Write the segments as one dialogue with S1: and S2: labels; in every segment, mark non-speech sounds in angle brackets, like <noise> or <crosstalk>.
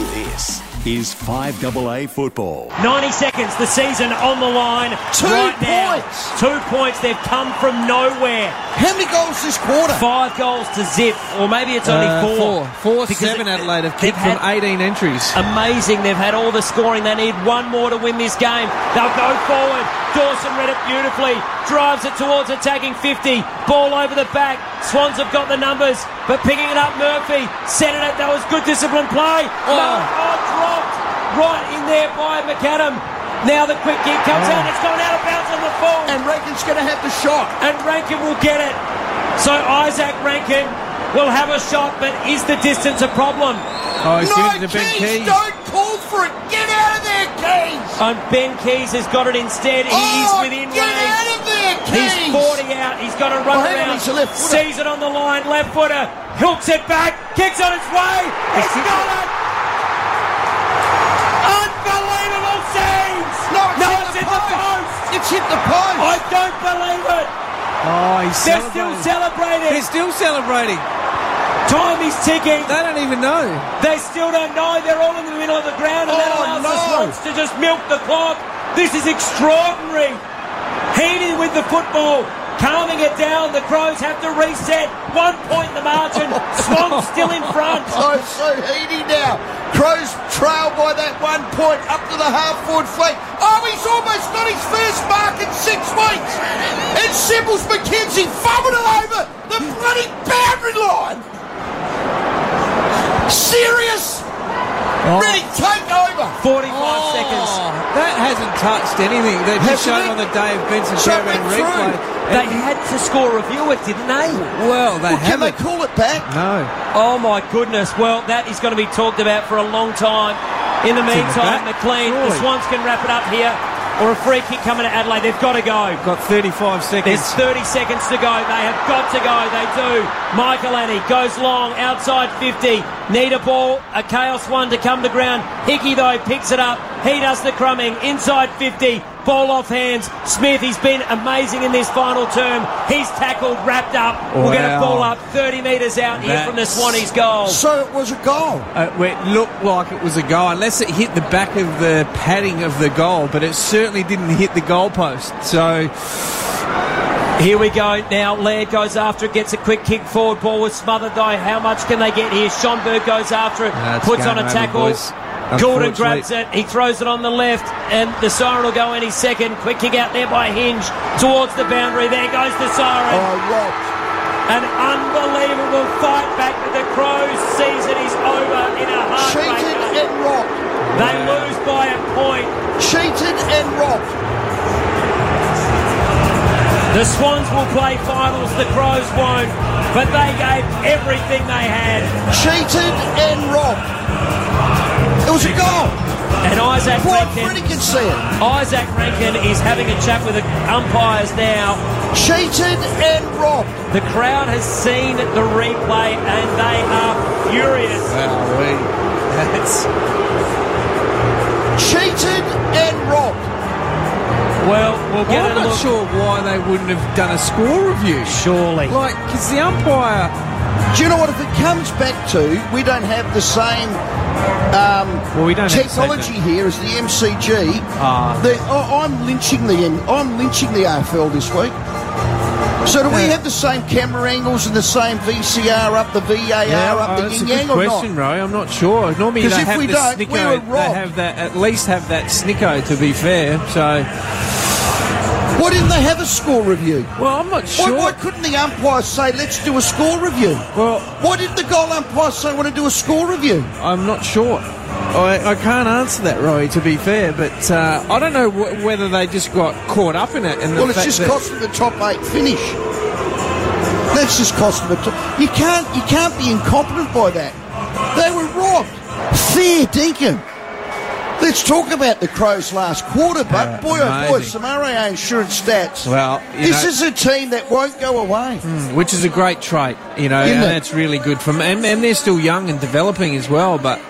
S1: This is 5AA football.
S2: 90 seconds, the season on the line.
S3: Two
S2: right now.
S3: points.
S2: Two points. They've come from nowhere.
S3: How many goals this quarter?
S2: Five goals to zip, or maybe it's only
S4: Uh,
S2: four.
S4: Four,
S2: Because
S4: seven
S2: it-
S4: Adelaide have
S2: they've
S4: kicked from
S2: had-
S4: 18 entries.
S2: Amazing. They've had all the scoring. They need one more to win this game. They'll go forward. Dawson read it beautifully. Drives it towards attacking 50. Ball over the back. Swans have got the numbers, but picking it up, Murphy. Set it up. That was good discipline play. Oh, oh dropped. Right in there by McAdam. Now the quick kick comes out. It's gone out of bounds on the full.
S3: And Rankin's going to have the shot.
S2: And Rankin will get it. So Isaac Rankin will have a shot, but is the distance a problem?
S4: Oh, he's
S3: no,
S4: given it to Ben
S3: Keys,
S4: Keys.
S3: don't call for it. Get out of there, Keys.
S2: And Ben Keys has got it instead. He
S3: oh,
S2: is within
S3: get
S2: range.
S3: out of there, Keys.
S2: He's 40 out. He's got to run
S3: Oh, hang on,
S2: around.
S3: he's a left footer.
S2: Sees it on the line. Left footer. Hooks it back. Kicks on its way. It's
S4: kick-
S2: got it. Unbelievable scenes.
S3: No, it's hit
S2: it's
S3: the
S2: in the
S3: post.
S2: post.
S3: It's hit the post.
S2: I don't believe it.
S4: Oh, he's
S2: They're still
S4: celebrating.
S2: celebrating.
S4: They're still celebrating.
S2: Time is ticking.
S4: They don't even know.
S2: They still don't know. They're all in the middle of the ground, and that
S3: Oh,
S2: allows
S3: no.
S2: us Swans to just milk the clock. This is extraordinary. Heating with the football, calming it down. The Crows have to reset. One point in the <laughs> margin. Swans still in front.
S3: So, so heady now. Crows trail by that one point up to the half forward flank. Oh, he's almost got his first mark in six weeks. And Symbols McKenzie fumbled it over the bloody boundary line. Serious?
S2: Oh.
S3: Ready, take over.
S2: 45
S4: Oh,
S2: seconds.
S4: That hasn't touched anything. They've just
S3: Hasn't
S4: shown
S3: it?
S4: on the day of Benson
S3: So it
S4: Sherman
S3: went
S4: replay.
S3: through.
S2: They had to score review it, didn't they?
S4: well, they
S3: Well, can they
S4: haven't.
S3: call it back?
S4: No.
S2: Oh my goodness. Well, that is going to be talked about for a long time. In the
S4: It's in the
S2: meantime,
S4: back,
S2: McLean, the
S4: surely.
S2: Swans can wrap it up here. Or a free kick coming to Adelaide. They've got to go.
S4: Got 35 seconds.
S2: There's 30 seconds to go. They have got to go. They do. Michael Annie goes long outside 50. Need a ball. A chaos one to come to ground. Hickey though picks it up. He does the crumbing inside 50. Ball off hands. Smith, he's been amazing in this final term. He's tackled, wrapped up. We're going to
S4: Wow.
S2: ball up 30 metres out here from the
S4: That's-
S2: Swannies goal.
S3: So it was a goal.
S4: Uh, well, it looked like it was a goal, unless it hit the back of the padding of the goal, but it certainly didn't hit the goalpost. So,
S2: Here we go now. Laird goes after it, gets a quick kick forward. Ball was smothered though. How much can they get here? Schonberg goes after it,
S4: Nah, it's
S2: puts on
S4: game
S2: a
S4: over,
S2: tackle.
S4: boys.
S2: Gordon
S4: Unfortunately-
S2: grabs it. He throws it on the left, and the siren will go any second. Quick kick out there by Hinge towards the boundary. There goes the siren.
S3: Oh, Rob.
S2: An unbelievable fight back, but the Crows season is over in a
S3: Cheated
S2: heartbreaker.
S3: and robbed.
S2: They lose by a point.
S3: Cheated and robbed.
S2: The Swans will play finals. The Crows won't, but they gave everything they had.
S3: Cheated and robbed. It was a goal.
S2: And Isaac
S3: Boy,
S2: Rankin,
S3: Freddie can see it.
S2: Isaac Rankin is having a chat with the umpires now.
S3: Cheated and robbed.
S2: The crowd has seen the replay and they are furious.
S4: wowee. That's,
S3: Cheated and robbed.
S2: Well, we'll get
S4: I'm
S2: a
S4: not
S2: look.
S4: sure why they wouldn't have done a score review.
S2: Surely.
S4: Like, because the umpire.
S3: Do you know what? If it comes back to, we don't have the same
S4: Well, we don't
S3: technology here as the MCG.
S4: Ah.
S3: The, oh, I'm lynching the M- I'm lynching the AFL this week. So do we have the same camera angles and the same VCR up, the VAR up, the
S4: uh, oh, that's
S3: yin
S4: a good
S3: yang or
S4: question,
S3: not?
S4: Ro. I'm not sure. Normally
S3: 'Cause
S4: they
S3: if
S4: have
S3: we
S4: the
S3: don't, we
S4: snicko.
S3: were robbed.
S4: they have that at least have that snicko. To be fair, so
S3: Why didn't they have a score review?
S4: well, I'm not
S3: Why,
S4: sure.
S3: why couldn't the umpire say, let's do a score review?
S4: Well,
S3: Why didn't the goal umpire say, want to do a score review?
S4: I'm not sure. I, I can't answer that, Roy. To be fair, but uh, I don't know wh- whether they just got caught up in it. And the
S3: Well, it's
S4: fact
S3: just
S4: that-
S3: cost them the top eight finish. That's just cost them a top. You can't, you can't be incompetent by that. They were robbed. Fair dinkum. Let's talk about the Crows last quarter, but
S4: Yeah,
S3: boy oh boy,
S4: amazing.
S3: some RAA insurance stats.
S4: Well, you
S3: this
S4: know-
S3: is a team that won't go away.
S4: which is a great trait, you know,
S3: Isn't
S4: and
S3: it?
S4: that's really good for them. And, and they're still young and developing as well. But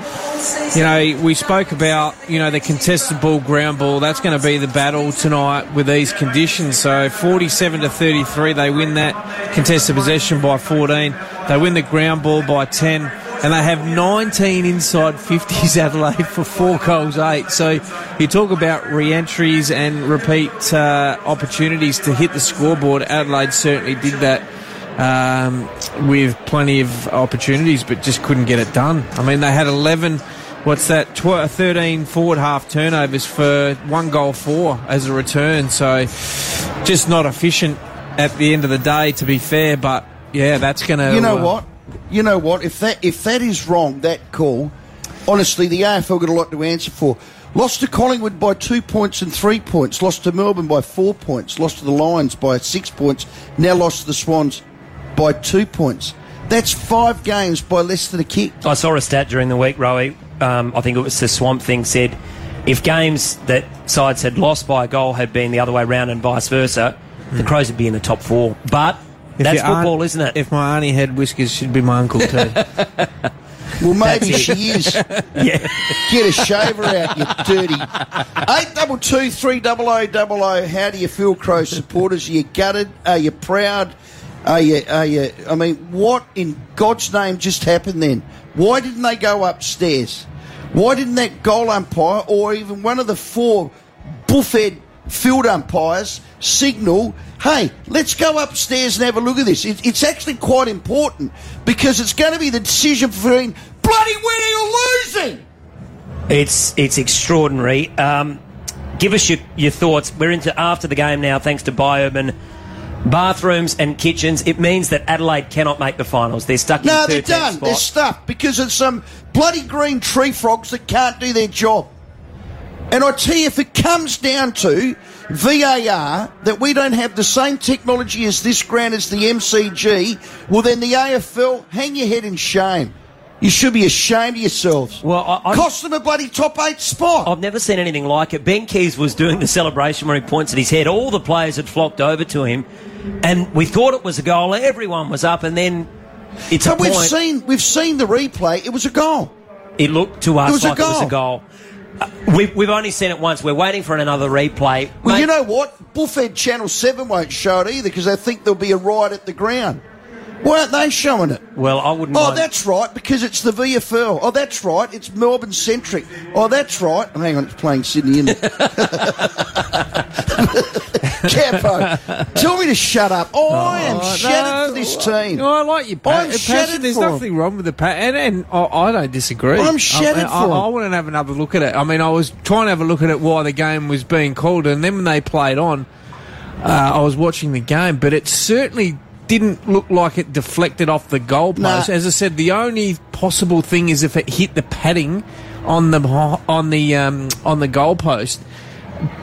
S4: you know, we spoke about you know the contested ball, ground ball. That's going to be the battle tonight with these conditions. So forty-seven to thirty-three, they win that contested possession by fourteen. They win the ground ball by ten. and they have 19 inside 50s <laughs> Adelaide for four goals eight. So you talk about re-entries and repeat uh, opportunities to hit the scoreboard. Adelaide certainly did that um, with plenty of opportunities, but just couldn't get it done. I mean, they had 11. What's that? Tw- 13 forward half turnovers for one goal four as a return. So just not efficient at the end of the day, to be fair. But yeah, that's uh, going to.
S3: You know
S2: uh,
S3: what? You know what? If that if that is wrong, that call, honestly, the AFL got a lot to answer for. Lost to Collingwood by two points and three points. Lost to Melbourne by four points. Lost to the Lions by six points. Now lost to the Swans by two points. That's five games by less than a kick.
S2: I saw a stat during the week, Rowie. Um, I think it was the Swamp Thing said if games that sides had lost by a goal had been the other way round and vice versa,
S4: Hmm.
S2: the Crows would be in the top four. But that's
S4: your aunt-
S2: football, isn't it?
S4: If <laughs> my auntie had whiskers, she'd be my
S2: <laughs>
S4: uncle too.
S3: Well, maybe
S2: That's
S3: she
S2: it.
S3: is.
S2: <laughs> yeah.
S3: Get a shaver out, you dirty. Eight double two three double o double o. How do you feel, Crow supporters? Are you gutted? Are you proud? Are you? Are you? I mean, what in God's name just happened then? Why didn't they go upstairs? Why didn't that goal umpire or even one of the four buffhead field umpires signal, hey, let's go upstairs and have a look at this. It, it's actually quite important because it's going to be the decision between bloody winning or losing.
S2: It's it's extraordinary. Um, give us your, your thoughts. We're into after the game now, thanks to Bioman. Bathrooms and kitchens. It means that Adelaide cannot make the finals. They're stuck
S3: No,
S2: in 13th
S3: they're done.
S2: spot.
S3: They're stuffed because of some bloody green tree frogs that can't do their job. And I tell you, if it comes down to VAR, that we don't have the same technology as this ground as the MCG, well, then the AFL, hang your head in shame. You should be ashamed of yourselves.
S2: Well, I- I-
S3: Cost them a bloody top eight spot.
S2: I've never seen anything like it. Ben Keys was doing the celebration where he points at his head. All the players had flocked over to him, and we thought it was a goal. Everyone was up, and then it's a
S3: but we've
S2: point.
S3: seen, we've seen the replay. It was a goal.
S2: It looked to us
S3: It was a
S2: like it was a goal. Uh, we've, we've only seen it once. We're waiting for another replay.
S3: Well,
S2: Mate,
S3: you know what? Buffhead Channel 7 won't show it either because they think there'll be a riot at the ground. Why aren't they showing it?
S2: well, I wouldn't.
S3: Oh,
S2: mind-
S3: that's right, because it's the VFL. Oh, that's right, it's Melbourne centric. Oh, that's right. oh, hang on, it's playing Sydney, isn't it? <laughs> Capo, tell me to shut up. Oh,
S4: Oh,
S3: I am shattered for this team.
S4: No, I like your pa-
S3: I'm
S4: passion.
S3: shattered
S4: There's
S3: for 'em.
S4: nothing wrong with the passion, and, and I, I don't disagree.
S3: I'm shattered
S4: I, I,
S3: for 'em.
S4: I, wouldn't have another look at it. I mean, I was trying to have a look at it why the game was being called, and then when they played on, uh, I was watching the game, but it certainly didn't look like it deflected off the goalpost.
S3: Nah.
S4: As I said, the only possible thing is if it hit the padding on the on the um, on the goalpost.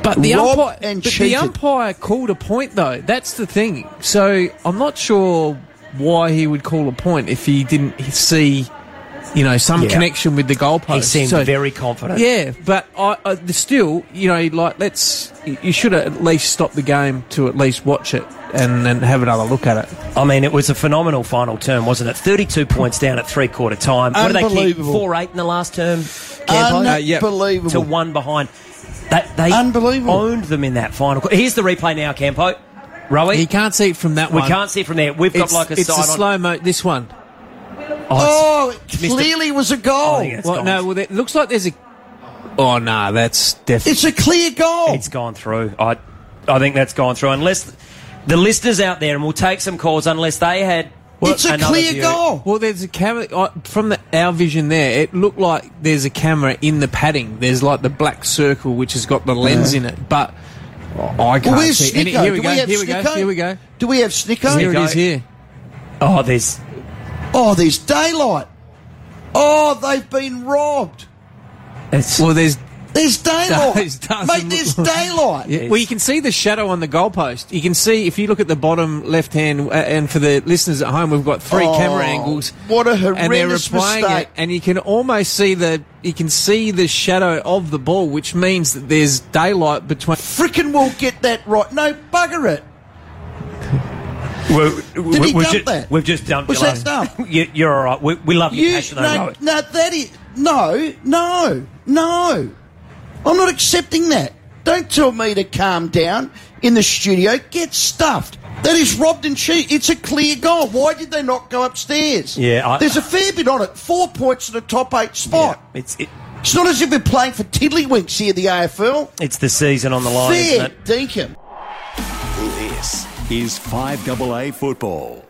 S4: But the
S3: Rob
S4: umpire
S3: and
S4: but the
S3: cheated.
S4: umpire called a point though. That's the thing. So I'm not sure why he would call a point if he didn't see, you know, some
S2: Yeah.
S4: connection with the goalpost.
S2: he seemed
S4: So-
S2: very confident.
S4: Yeah, but I, I the- still, you know, like let's you you should at least stop the game to at least watch it and then have another look at it.
S2: I mean, it was a phenomenal final term, wasn't it? 32 points down at three quarter time. What did they keep?
S3: Unbelievable.
S2: 4 8 in the last term? Campo?
S4: Uh, yeah.
S3: Unbelievable.
S2: to one behind. That, they
S3: Unbelievable.
S2: owned them in that final. qu- Here's the replay now, Campo.
S4: He
S2: Rowie,
S4: can't see it from that
S2: we
S4: one.
S2: can't see from there. We've got
S4: It's,
S2: like a
S4: it's
S2: side
S4: a
S2: on.
S4: slow mo. This one.
S2: Oh,
S3: Oh, it clearly was a goal.
S2: Oh, yeah. It's
S4: Well,
S2: gone.
S4: no, well, it looks like there's a. Oh no, that's definitely.
S3: It's a clear goal.
S2: it's, it's gone through. I, I think that's gone through. Unless the listeners out there, and we'll take some calls, unless they had.
S3: It's a
S2: another
S3: clear
S2: view.
S3: goal.
S4: Well, there's a camera uh, from the, our vision there. It looked like there's a camera in the padding. There's like the black circle which has got the lens in it, but I can't
S3: well, where's
S4: see. Any-
S3: Snicko?
S4: here we
S3: Do
S4: go.
S3: we have
S4: here we go.
S3: Snicko?
S4: Here we go.
S3: Do we have Snicko?
S4: Here it is. Here.
S2: Oh, there's.
S3: Oh, there's daylight. Oh, they've been robbed.
S2: It's,
S4: Well, there's.
S3: There's daylight.
S4: It doesn't
S3: Mate,
S2: <laughs>
S4: look
S3: there's
S4: like-
S3: daylight.
S4: Yeah, well, you can see the shadow on the goalpost. You can see if you look at the bottom left hand, uh, and for the listeners at home, we've got three
S3: Oh,
S4: camera angles.
S3: what a
S4: And they're
S3: horrendous
S4: replaying
S3: mistake.
S4: it, and you can almost see the you can see the shadow of the ball, which means that there's daylight between.
S3: Frickin' will get that right. No, bugger it.
S2: we're,
S3: Did
S2: we
S3: he
S2: we've
S3: dump
S2: ju-
S3: that?
S2: We've just dumped
S3: Was
S2: your
S3: that
S2: last-
S3: dumb?
S2: <laughs> you, you're all right. We, we love your
S3: You
S2: passion, though,
S3: no,
S2: Rowie.
S3: no, that is no, no, no. I'm not accepting that. Don't tell me to calm down in the studio. Get stuffed. That is robbed and cheat. It's a clear goal. Why did they not go upstairs?
S2: Yeah, I-
S3: There's a fair bit on it. Four points in the top eight spot.
S2: It's it,
S3: It's not as if we're playing for tiddlywinks here, the AFL.
S2: it's the season on the line, isn't
S3: Fair
S2: it?
S3: dinkum.
S1: This is 5AA football.